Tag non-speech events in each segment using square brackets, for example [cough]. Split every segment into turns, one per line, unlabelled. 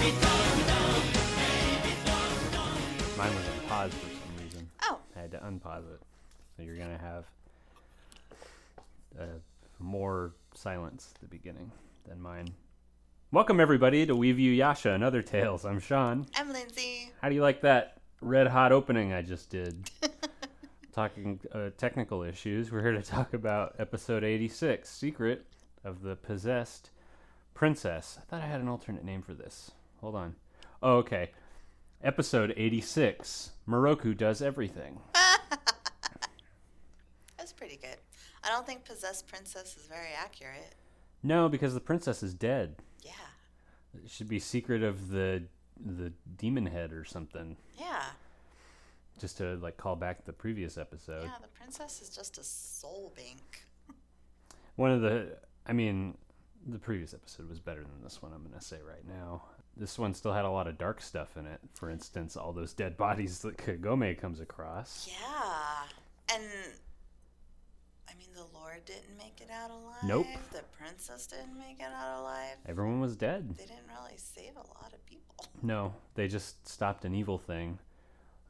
Oh,
closet. So you're going to have uh, more silence at the beginning than mine. Welcome, everybody, to We View Yasha and Other Tales. I'm Sean.
I'm Lindsay.
How do you like that red hot opening I just did? Talking uh, technical issues, we're here to talk about episode 86 Secret of the Possessed Princess. I thought I had an alternate name for this. Hold on. Oh, okay. Episode 86 Moroku Does Everything.
That's pretty good. I don't think Possessed Princess is very accurate.
No, because the princess is dead.
Yeah.
It should be Secret of the the Demon Head or something,
Yeah.
just to like call back the previous episode.
Yeah, the princess is just a soul bank.
One of the, I mean, the previous episode was better than this one. I'm gonna say right now. This one still had a lot of dark stuff in it. For instance, all those dead bodies that Kagome comes across.
Yeah. And I mean the Lord didn't make it out alive.
Nope.
The princess didn't make it out alive.
Everyone was dead.
They didn't really save a lot of people.
No, they just stopped an evil thing.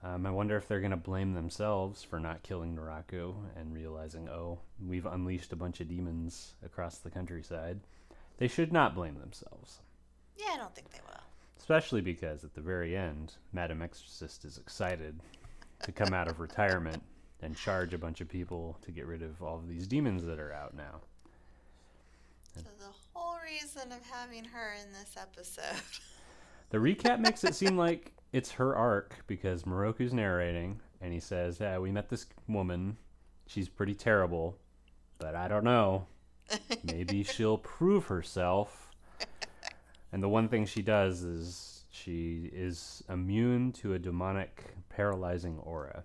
Um, I wonder if they're gonna blame themselves for not killing Naraku and realizing, oh, we've unleashed a bunch of demons across the countryside. They should not blame themselves.
Yeah, I don't think they will.
Especially because at the very end, Madame Exorcist is excited to come out of retirement and charge a bunch of people to get rid of all of these demons that are out now.
So the whole reason of having her in this episode. [laughs]
The recap makes it seem like it's her arc because Moroku's narrating and he says, Yeah, we met this woman. She's pretty terrible, but I don't know. Maybe she'll prove herself. And the one thing she does is she is immune to a demonic paralyzing aura.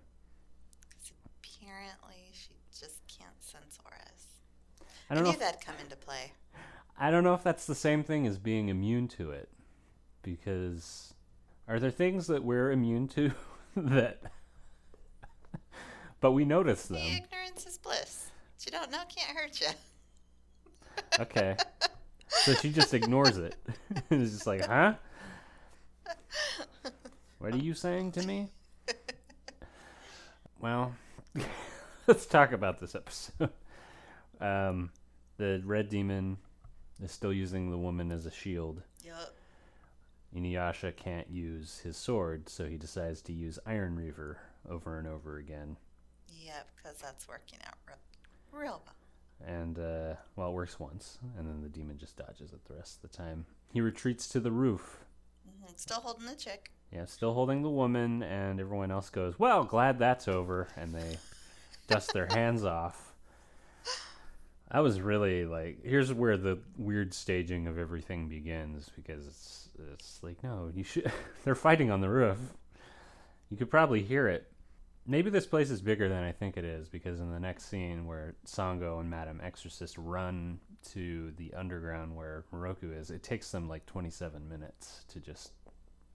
'Cause apparently she just can't sense auras.
I
I,
don't know
knew
if
that'd come into play.
I don't know if that's the same thing as being immune to it, because are there things that we're immune to [laughs] that, but we notice
The [laughs]
them?
ignorance is bliss. What you don't know can't hurt you.
Okay, so she just ignores it. [laughs] it's just like, huh? What are you saying to me? Well, [laughs] let's talk about this episode. [laughs] Um, the red demon is still using the woman as a shield.
[laughs] Yup.
Inuyasha can't use his sword, so he decides to use Iron Reaver over and over again.
Yep, because that's working out real, real well.
And, uh, well, it works once, and then the demon just dodges it the rest of the time. He retreats to the roof.
Mhm, Still holding the chick.
Yeah, still holding the woman, and everyone else goes, Well, glad that's over. And they dust their hands off. I was really like, here's where the weird staging of everything begins because it's, it's like, no, you should. [laughs] They're fighting on the roof. You could probably hear it. Maybe this place is bigger than I think it is because in the next scene where Sango and Madame Exorcist run to the underground where Moroku is, it takes them like 27 minutes to just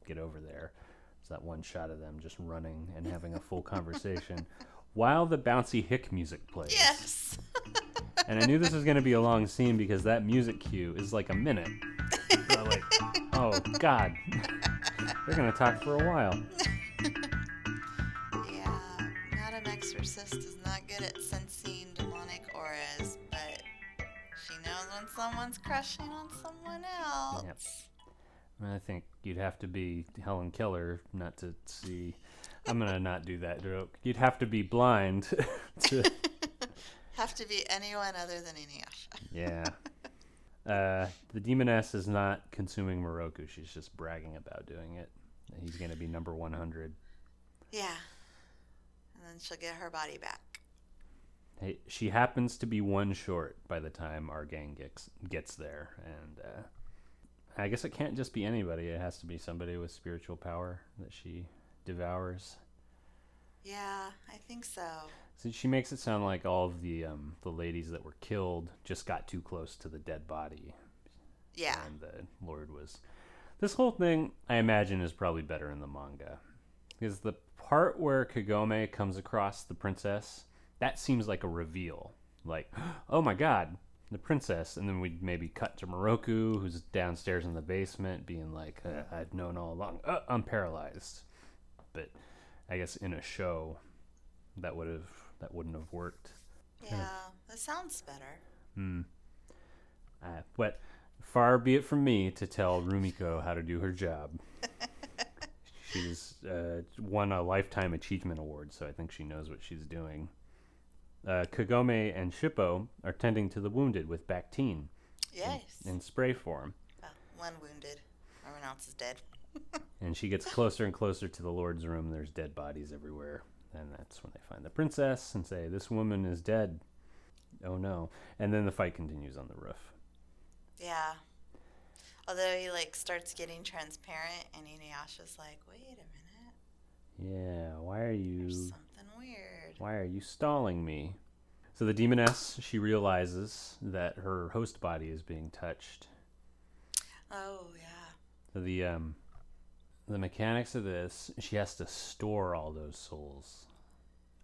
get over there. It's that one shot of them just running and having a full conversation while the bouncy hick music plays.
Yes.
And I knew this was going to be a long scene because that music cue is like a minute. So I'm like, oh, God. [laughs] They're going to talk for a while.
Yeah, Madame Exorcist is not good at sensing demonic auras, but she knows when someone's crushing on someone else.
And I think you'd have to be Helen Keller not to see. I'm going to not do that joke. You'd have to be blind [laughs] to.
Have to be anyone other than Inuyasha.
Yeah. Uh, the demoness is not consuming Moroku. She's just bragging about doing it. And He's going to be number 100.
Yeah. And then she'll get her body back.
Hey, She happens to be one short by the time our gang gets, gets there. And uh, I guess it can't just be anybody. It has to be somebody with spiritual power that she devours.
Yeah, I think so.
So she makes it sound like all of the um, the ladies that were killed just got too close to the dead body
Yeah.
and the Lord was. This whole thing, I imagine, is probably better in the manga. Because the part where Kagome comes across the princess, that seems like a reveal. Like, [gasps] oh my god, the princess. And then we'd maybe cut to Moroku, who's downstairs in the basement, being like, uh, I've known all along, uh, I'm paralyzed. But I guess in a show, that would have that wouldn't have worked.
Yeah, that sounds better.
Uh, but far be it from me to tell Rumiko how to do her job. she's uh, won a lifetime achievement award, so I think she knows what she's doing. Uh, Kagome and Shippo are tending to the wounded with Bactine
Yes.
in spray form,
Oh, one wounded. Everyone else is dead.
and she gets closer and closer to the Lord's room. There's dead bodies everywhere, and that's when they find the princess and say, "This woman is dead." Oh no! And then the fight continues on the roof.
Yeah. Although he like starts getting transparent, and Inuyasha's like, "Wait a minute,
Yeah, why are you?
there's something weird."
Why are you stalling me? So the demoness, she realizes that her host body is being touched.
Oh yeah.
So the um the mechanics of this, she has to store all those souls.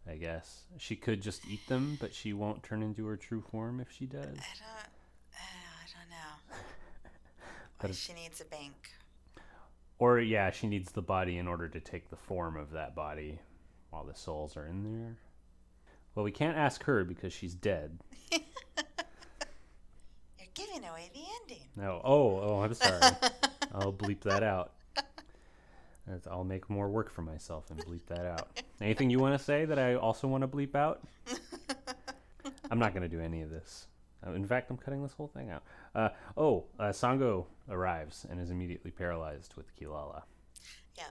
I guess. She could just eat them, but she won't turn into her true form if she does.
I don't. Uh, I don't know.
But
she needs a bank.
Or yeah, she needs the body in order to take the form of that body while the souls are in there. Well, we can't ask her because she's dead.
You're giving away the ending.
No. Oh, oh, I'm sorry.
[laughs]
I'll bleep that out. That's- I'll make more work for myself and bleep that out. Anything you want to say that I also want to bleep out? I'm not going to do any of this. Uh, In fact, I'm cutting this whole thing out. Uh, oh, uh, Sango arrives and is immediately paralyzed with Kilala.
Yeah.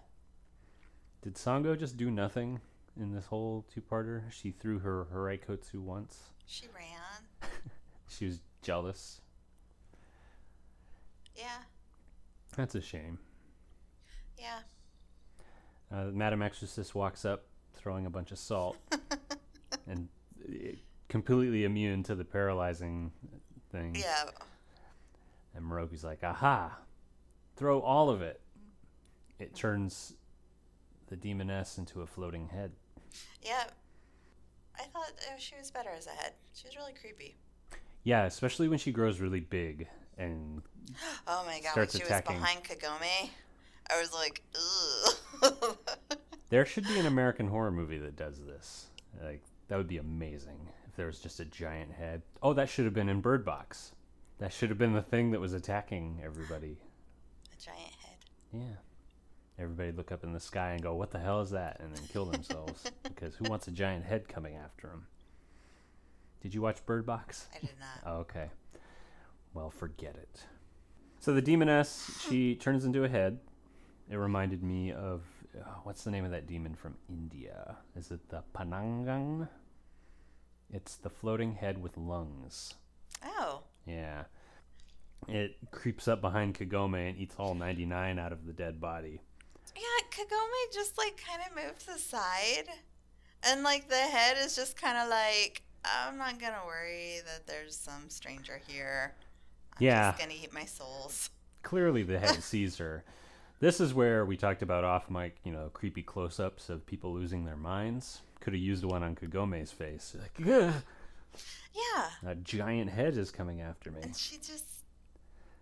Did Sango just do nothing in this whole two-parter? She threw her Haraikotsu once.
She ran.
She was jealous.
Yeah.
That's a shame.
Yeah.
Uh, Madam Exorcist walks up, throwing a bunch of salt, and i- completely immune to the paralyzing thing.
Yeah.
And Moroku's like, "Aha! Throw all of it." It turns the demoness into a floating head.
Yeah. I thought oh, she was better as a head. She was really creepy.
Yeah, especially when she grows really big and
Oh my god, when
Starts
she
attacking.
was behind Kagome, I was like, ugh. [laughs]
There should be an American horror movie that does this. Like that would be amazing if there was just a giant head. Oh, that should have been in Bird Box. That should have been the thing that was attacking everybody.
a giant head.
Yeah. Everybody look up in the sky and go, "What the hell is that?" and then kill themselves because who wants a giant head coming after them? Did you watch Bird Box?
I did not.
Oh, okay. Well, forget it. So the demoness, she turns into a head. It reminded me of uh, what's the name of that demon from India? Is it the Panangang? It's the floating head with lungs.
Oh,
Yeah. It creeps up behind Kagome and eats all 99 out of the dead body.
yeah, Kagome just like kind of moves aside, and like the head is just kind of like, I'm not gonna worry that there's some stranger here. I'm
Yeah.
just gonna eat my souls.
Clearly, the head sees her. This is where we talked about off mic, you know, creepy close ups of people losing their minds. Could have used one on Kagome's face. Like, "Ugh,
Yeah,
a giant head is coming after me.
and she just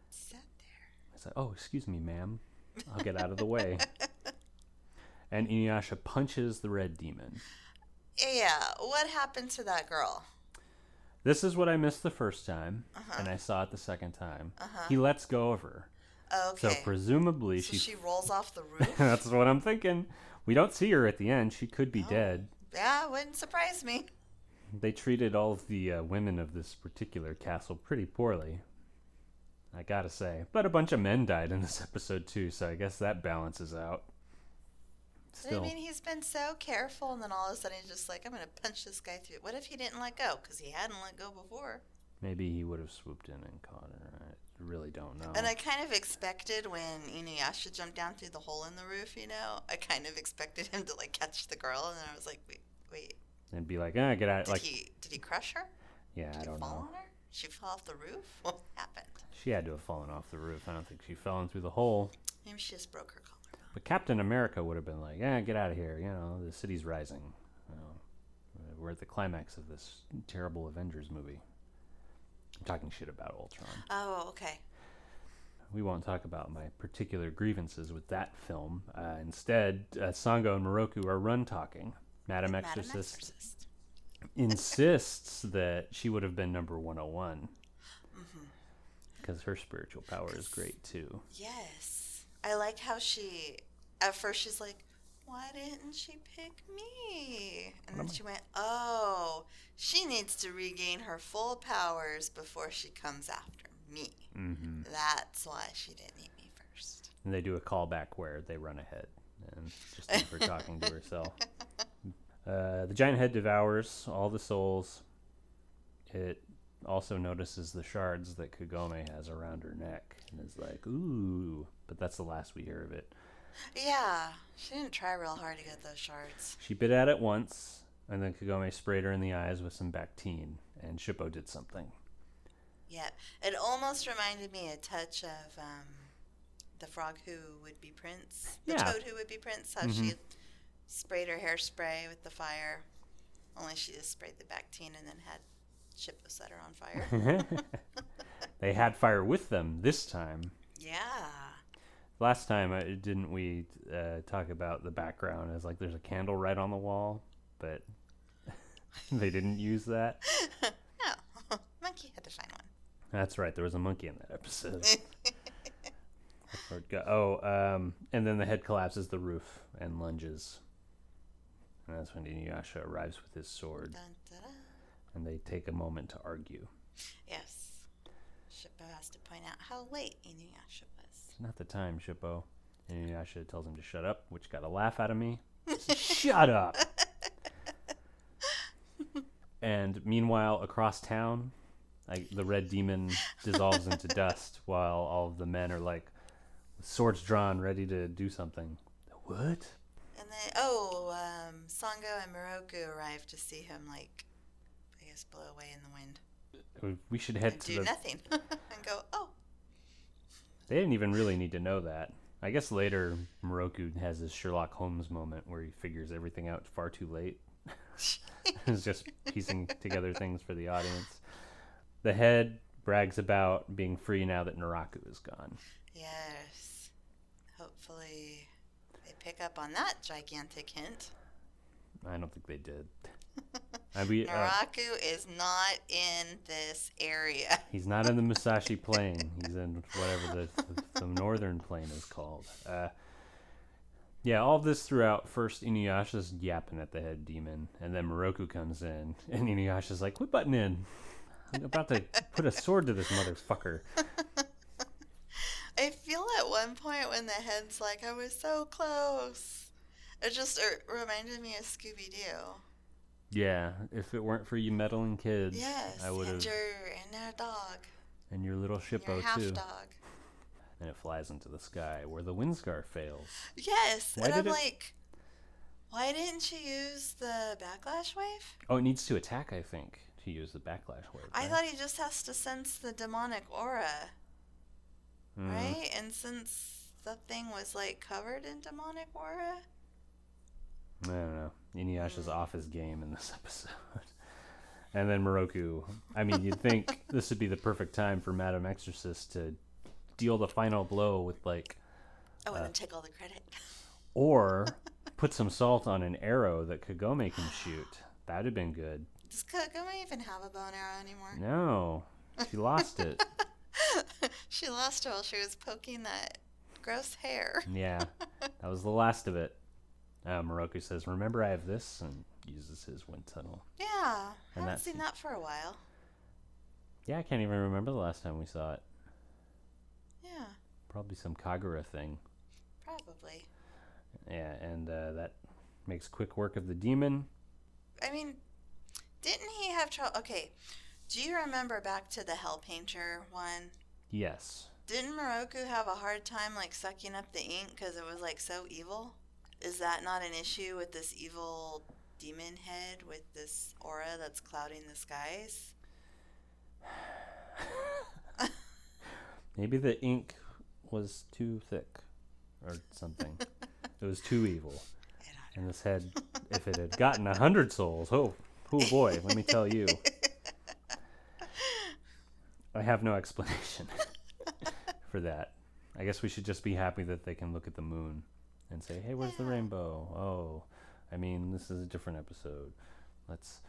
sat there.
It's like, oh, excuse me, ma'am. I'll get out of the
[laughs]
way. And Inuyasha punches the red demon.
Yeah, what happened to that girl?
This is what I missed the first time,
Uh-huh.
and I saw it the second time. He lets go of her.
Okay,
So presumably
so
she.
she rolls off the
[laughs]
roof.
that's what I'm thinking. We don't see her at the end. She could
Oh.
be dead.
yeah, wouldn't surprise me.
They treated all of the uh, women of this particular castle pretty poorly. I gotta say. But a bunch of men died in this [laughs] episode too, so I guess that balances out.
But I
Still,
mean, he's been so careful, and then all of a sudden he's just like, I'm going to punch this guy through. What if he didn't let go? Because he hadn't let go before.
maybe he would have swooped in and caught her. I really don't know.
And I kind of expected when Inuyasha jumped down through the hole in the roof, you know, I kind of expected him to like catch the girl, and then I was like, wait, wait,
And be like, ah, get out.
did
Like,
he did he crush her?
yeah, I
Did he
don't
fall
know.
on her? She fell off the roof. What happened?
She had to have fallen off the roof. I don't think she fell in through the hole.
Maybe she just broke her collarbone.
But Captain America would have been like, "Yeah, get out of here. You know, the city's rising. You know, we're at the climax of this terrible Avengers movie." I'm talking shit about Ultron.
Oh, okay.
We won't talk about my particular grievances with that film. Uh, instead, uh, Sango and Moroku are run talking. Madam
Madam
Exorcist
Exorcist. [laughs]
insists that she would have been number 101
Mhm.
because her spiritual power is great too.
Yes. I like how she, at first, she's like, why didn't she pick me? And then she went, oh, she needs to regain her full powers before she comes after me.
hmm
That's why she didn't eat me first.
And they do a callback where they run ahead and just leave her talking to herself. Uh, the giant head devours all the souls. It also notices the shards that Kagome has around her neck and is like, ooh. But that's the last we hear of it.
Yeah, she didn't try real hard to get those shards.
She bit at it once, and then Kagome sprayed her in the eyes with some Bactine, and Shippo did something. [laughs]
Yep. It almost reminded me a touch of um, the frog who would be Prince, the
Yeah.
toad who would be Prince, how she sprayed her hairspray with the fire. Only she just sprayed the Bactine and then had Chippo set her on fire.
they had fire with them this time.
yeah.
Last time, uh, didn't we uh, talk about the background as like there's a candle right on the wall, but [laughs] they didn't use that?
No. Oh, [laughs] Monkey had to find one.
That's right. There was a monkey in that episode. Where'd it go? Oh, um, and then the head collapses the roof and lunges. And that's when Inuyasha arrives with his sword,
Dun, dun, dun.
and they take a moment to argue.
Yes. Shippo has to point out how late Inuyasha was.
It's not the time, Shippo. And Inuyasha tells him to shut up, which got a laugh out of me. [laughs] shut up! [laughs] and meanwhile, across town, like the red demon dissolves into dust while all of the men are like, with swords drawn, ready to do something. What?
And then, oh, um, Sango and Moroku arrived to see him, like, I guess, blow away in the wind.
We- We should head
and
to
do
the.
nothing [laughs] and go, oh,
They didn't even really need to know that. I guess later, Moroku has his Sherlock Holmes moment where he figures everything out far too late. [laughs] He's just piecing together things for the audience. The head brags about being free now that Naraku is gone.
yes. Hopefully they pick up on that gigantic hint.
I don't think they did. I mean, uh,
Naraku is not in this area. [laughs]
he's not in the Musashi plane. He's in whatever the, the, the northern plane is called. Uh, yeah, all this throughout. First, Inuyasha's yapping at the head demon, and then Moroku comes in, and Inuyasha's like, "Quit butting in. I'm about to put a sword to this motherfucker."
I feel at one point when the head's like, I was so close. It just it reminded me of Scooby Doo.
Yeah, if it weren't for you meddling kids,
Yes,
I would
and
have,
your and their dog,
and your little
and your
Shippo
half
too.
dog.
And it flies into the sky where the windscar fails.
Yes,
Why
and I'm
did it-
like, why didn't she use the backlash wave?
Oh, it needs to attack, I think, to use the backlash wave.
I
right?
thought he just has to sense the demonic aura,
Mm.
right? And since the thing was like covered in demonic aura,
I don't know. Inuyasha's off his game in this [laughs] episode. And then Moroku. I mean, you'd think this would be the perfect time for Madam Exorcist to deal the final blow with, like,
oh, and then
Uh.
take all the credit. [laughs]
or put some salt on an arrow that Kagome can shoot. That'd have been good.
Does Kagome even have a bone arrow anymore?
No, she lost it.
she lost it while she was poking that gross hair. [laughs]
Yeah, that was the last of it. Uh, Moroku says, Remember, I have this, and uses his wind tunnel.
Yeah, I
And
haven't
that's-
seen that for a while.
Yeah, I can't even remember the last time we saw it.
Yeah,
Probably some Kagura thing.
probably.
Yeah, and uh, that makes quick work of the demon.
I mean, didn't he have trouble? Okay, do you remember back to the Hell Painter one?
Yes.
Didn't Moroku have a hard time like sucking up the ink because it was like so evil? Is that not an issue with this evil demon head with this aura that's clouding the skies?
Maybe the ink was too thick or something. it was too evil. And this head, if it had gotten a hundred souls, oh, oh boy, let me tell you. I have no explanation [laughs] for that. I guess we should just be happy that they can look at the moon and say, hey, where's the rainbow? Oh, I mean, this is a different episode. Let's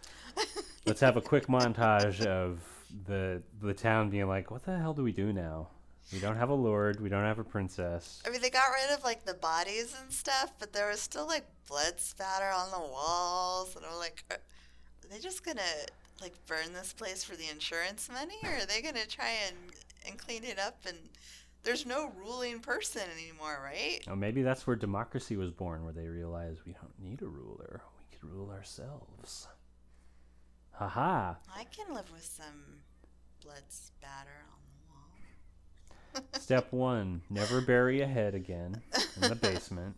let's have a quick montage of the the town being like, what the hell do we do now? We don't have a lord. We don't have a princess.
I mean, they got rid of like the bodies and stuff, but there was still like blood spatter on the walls, and I'm like, are are they just gonna like burn this place for the insurance money, or are they gonna try and and clean it up? And there's no ruling person anymore, right?
Or Oh, maybe that's where democracy was born, where they realized we don't need a ruler. We could rule ourselves. Haha.
I can live with some blood spatter on the wall.
Step one, never bury a head again in the basement.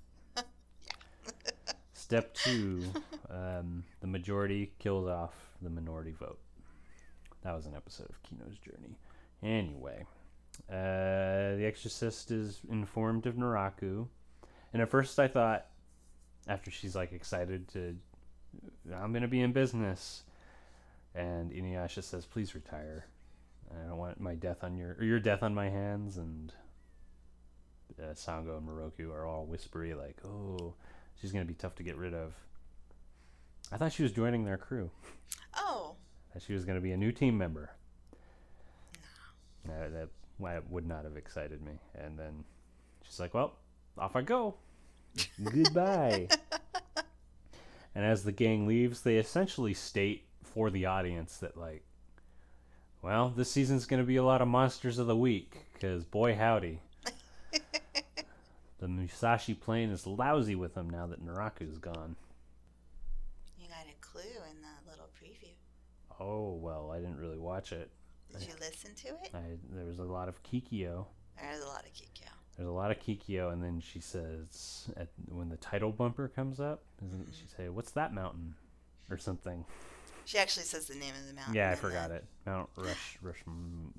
Step two, um, the majority kills off the minority vote. That was an episode of Kino's Journey. Anyway, uh, the exorcist is informed of Naraku. And at first I thought, after she's like excited to, I'm going to be in business. And Inuyasha says, please retire. I don't want my death on your or your death on my hands. And uh, Sango and Moroku are all whispery, like, "Oh, she's gonna be tough to get rid of." I thought she was joining their crew.
Oh,
That she was gonna be a new team member. Uh, that why it would not have excited me. And then she's like, "Well, off I go. Goodbye." and as the gang leaves, they essentially state for the audience that like. Well, this season's going to be a lot of monsters of the week, because boy howdy. the Musashi plane is lousy with them now that Naraku's gone.
you got a clue in that little preview.
Oh, well, I didn't really watch it.
Did you listen to it?
I, there was a lot of Kikyo.
There's a lot of Kikyo.
There's a lot of Kikyo, and then she says, at, when the title bumper comes up, doesn't she say, What's that mountain? Or something.
She actually says the name of the mountain.
Yeah, I forgot it. Mount Rush, Rush,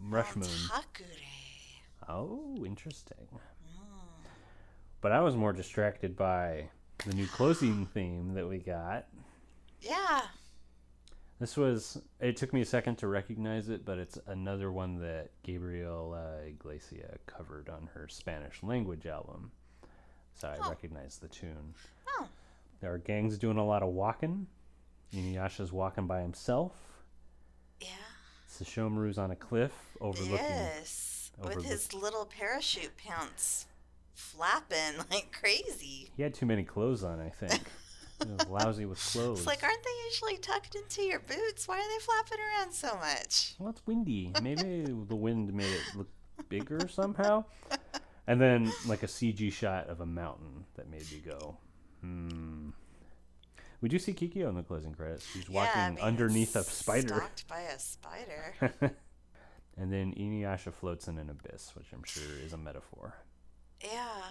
Rush Moon.
Takure. Hmm.
Oh, interesting. But I was more distracted by the new closing theme that we got.
Yeah.
This was, it took me a second to recognize it, but it's another one that Gabriela Iglesia covered on her Spanish language album. So I recognized the tune.
Oh.
There are gangs doing a lot of walking. Inuyasha's walking by himself.
Yeah.
Sashomaru's on a cliff overlooking.
Yes. With
overlooking.
his little parachute pants flapping [laughs] like crazy.
He had too many clothes on, I
[laughs]
think. he was lousy with clothes.
It's like, aren't they usually tucked into your boots? Why are they flapping around so much?
well, it's windy.
[laughs]
Maybe the wind made it look bigger somehow. And then, like, a CG shot of a mountain that made me go, hmm. We do see Kikyo in the closing credits. She's
Yeah,
walking
I mean,
underneath a
it's
spider.
Stalked by a spider.
[laughs] And then Inuyasha floats in an abyss, which I'm sure is a metaphor.
yeah.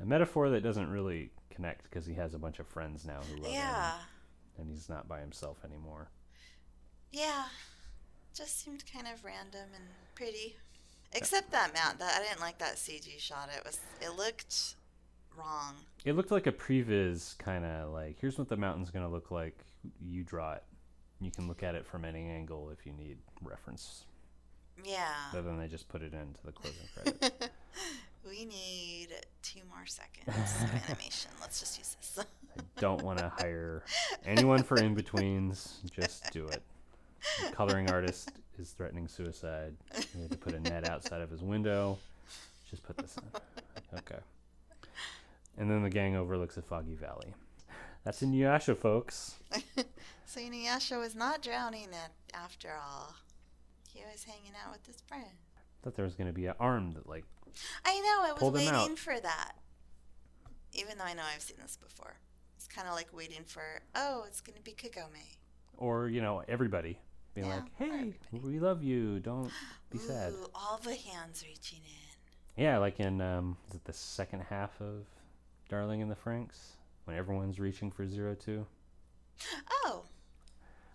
A metaphor that doesn't really connect because he has a bunch of friends now who love
Yeah.
him. And he's not by himself anymore.
Yeah. Just seemed kind of random and pretty. Except that mount. That I didn't like that CG shot. It was it looked wrong.
It looked like a previs kind of like here's what the mountain's going to look like. You draw it. You can look at it from any angle if you need reference.
Yeah.
But then they just put it into the closing
[laughs]
credits.
We need two more seconds
[laughs]
of animation. Let's just use this. [laughs]
Don't want to hire anyone for in betweens. Just do it. The coloring artist is threatening suicide. He had to put a net outside of his window. Just put this in. Okay. And then the gang overlooks a foggy valley. That's in Yasha, folks.
so Inuyasha was not drowning at, after all. He was hanging out with his friend.
Thought there was gonna be an arm that like
I know. I was
Pulled him
waiting
out.
for that. Even though I know I've seen this before, it's kind of like waiting for. Oh, it's gonna be Kagome.
or you know everybody being
Yeah,
like hey we love you don't be sad
Ooh, all the hands reaching in.
yeah like in um is it the second half of darling in the franks when everyone's reaching for zero two
Oh.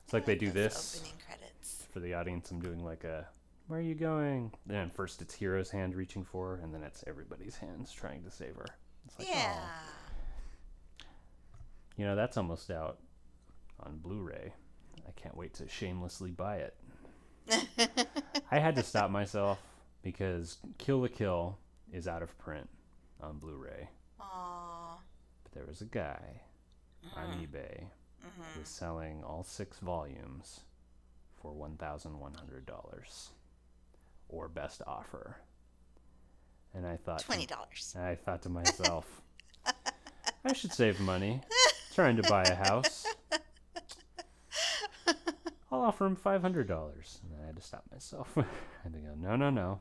it's like they do
those
this
Opening credits.
for the audience i'm doing like a where are you going and first it's hero's hand reaching for her, and then it's everybody's hands trying to save her it's like oh.
yeah.
yeah. you know that's almost out on blu-ray i can't wait to shamelessly buy it I had to stop myself because Kill the Kill is out of print on Blu-ray.
[laughs] Aw.
But there was a guy on eBay is selling all six volumes for one thousand one hundred dollars, or best offer. And I thought, "Hmm,
Twenty dollars.
I thought to myself, I should save money. Trying to buy a house. I'll offer him five hundred dollars. And I had to stop myself. [laughs] I had to go, no, no, no.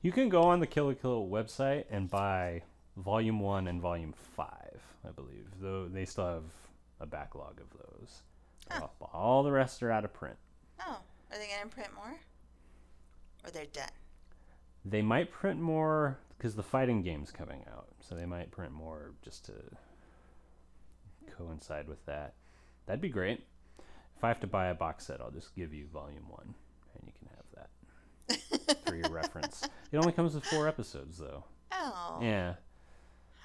You can go on the Kill a Kill website and buy Volume One and Volume Five, I believe. Though they still have a backlog of those. All- All the rest are out of print.
Oh, are they gonna print more? Or they're done.
They might print more because the fighting game's coming out, so they might print more just to coincide with that. That'd be great. If I have to buy a box set, I'll just give you Volume One, and you can have that for your reference. It only comes with four episodes, though.
Oh,
Yeah,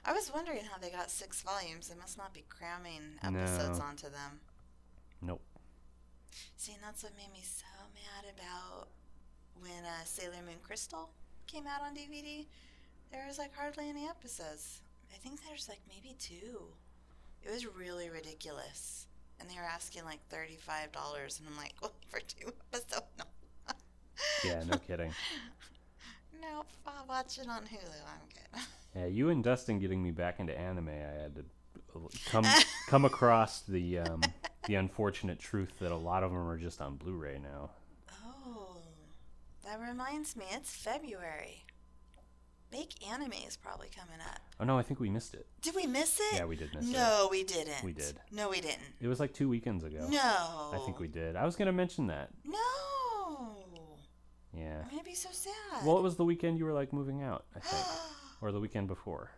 I was wondering how they got six volumes. They must not be cramming episodes
No.
onto them.
nope.
See, and that's what made me so mad about when uh, Sailor Moon Crystal came out on DVD. There was like hardly any episodes. I think there's like maybe two. It was really ridiculous. And they were asking like $35, and I'm like, [laughs] well, for two episodes? [laughs] No.
Yeah, no kidding.
Nope, I'll watch it on Hulu. I'm good. [laughs]
Yeah, you and Dustin getting me back into anime, I had to uh, come come across the um, the unfortunate truth that a lot of them are just on Blu-ray now.
Oh, that reminds me, it's February. Big anime is probably coming up.
Oh no, I think we missed it.
Did we miss it?
Yeah, we did miss it.
No, we didn't.
We did.
No, we didn't.
It was like two weekends ago.
No.
I think we did. I was gonna mention that.
No.
Yeah.
I'm gonna be so sad. [gasps]
Well, it was the weekend you were like moving out, I think, or the weekend before.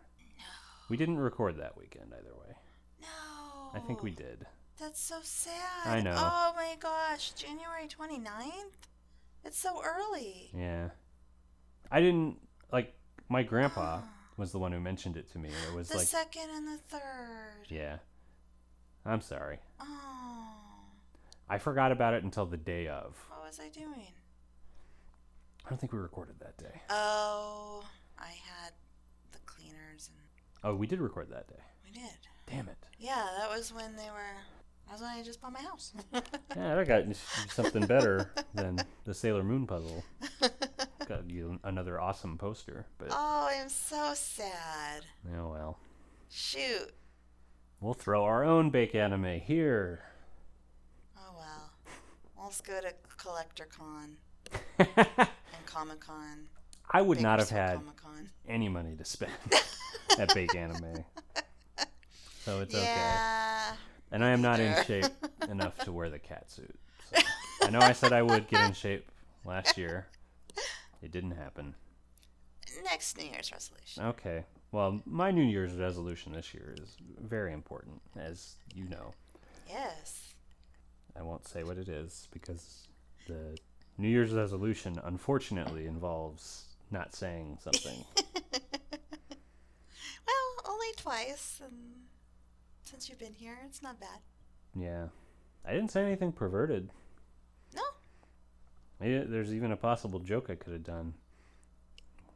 We didn't record that weekend either way.
no.
I think
Oh.
we did.
That's so sad.
I know.
Oh my gosh, January 29th? It's so early.
Yeah. I didn't like my
[gasps]
grandpa was the one who mentioned it to me. It was
the
like
second and the third.
yeah. I'm sorry.
Oh,
I forgot about it until the day of.
what was I doing?
I don't think we recorded that day.
Oh, I had the cleaners and
Oh, we did record that day.
we did.
Damn it.
Yeah, that was when they were. That was when I just bought my house. [laughs]
Yeah, I got something better than the Sailor Moon puzzle. Got you another awesome poster, but oh
oh, I'm so sad.
well.
Shoot.
We'll throw our own bake anime here. [laughs]
Oh well. Let's go to Collector Con and Comic Con.
I would not have had
Comic Con.
any money to spend at bake anime. So it's okay.
Yeah.
And I am not in
neither.
shape enough to wear the cat suit. So. I know I said I would get in shape last year. It didn't happen.
Next New Year's resolution.
Okay. Well, my New Year's resolution this year is very important, as you know.
Yes. [laughs]
I won't say what it is because the New Year's resolution, unfortunately, involves not saying something.
Well, only twice, and since you've been here, it's not bad.
yeah. I didn't say anything perverted.
No.
Maybe there's even a possible joke I could have done.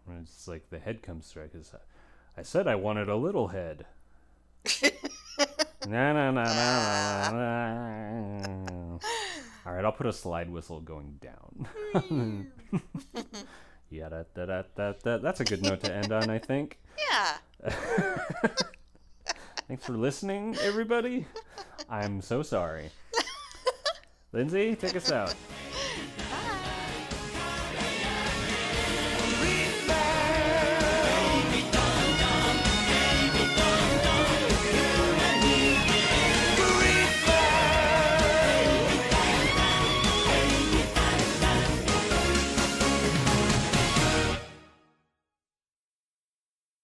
When It's like the head comes through. Because I said I wanted a little head. na, na, na, na, na, na, na. All right, I'll put a slide whistle going down. yeah, da, da, da, da, da. that's a good note to end on, I think. [laughs]
Yeah.
Thanks for listening, everybody. I'm so sorry. Lindsay, take us out.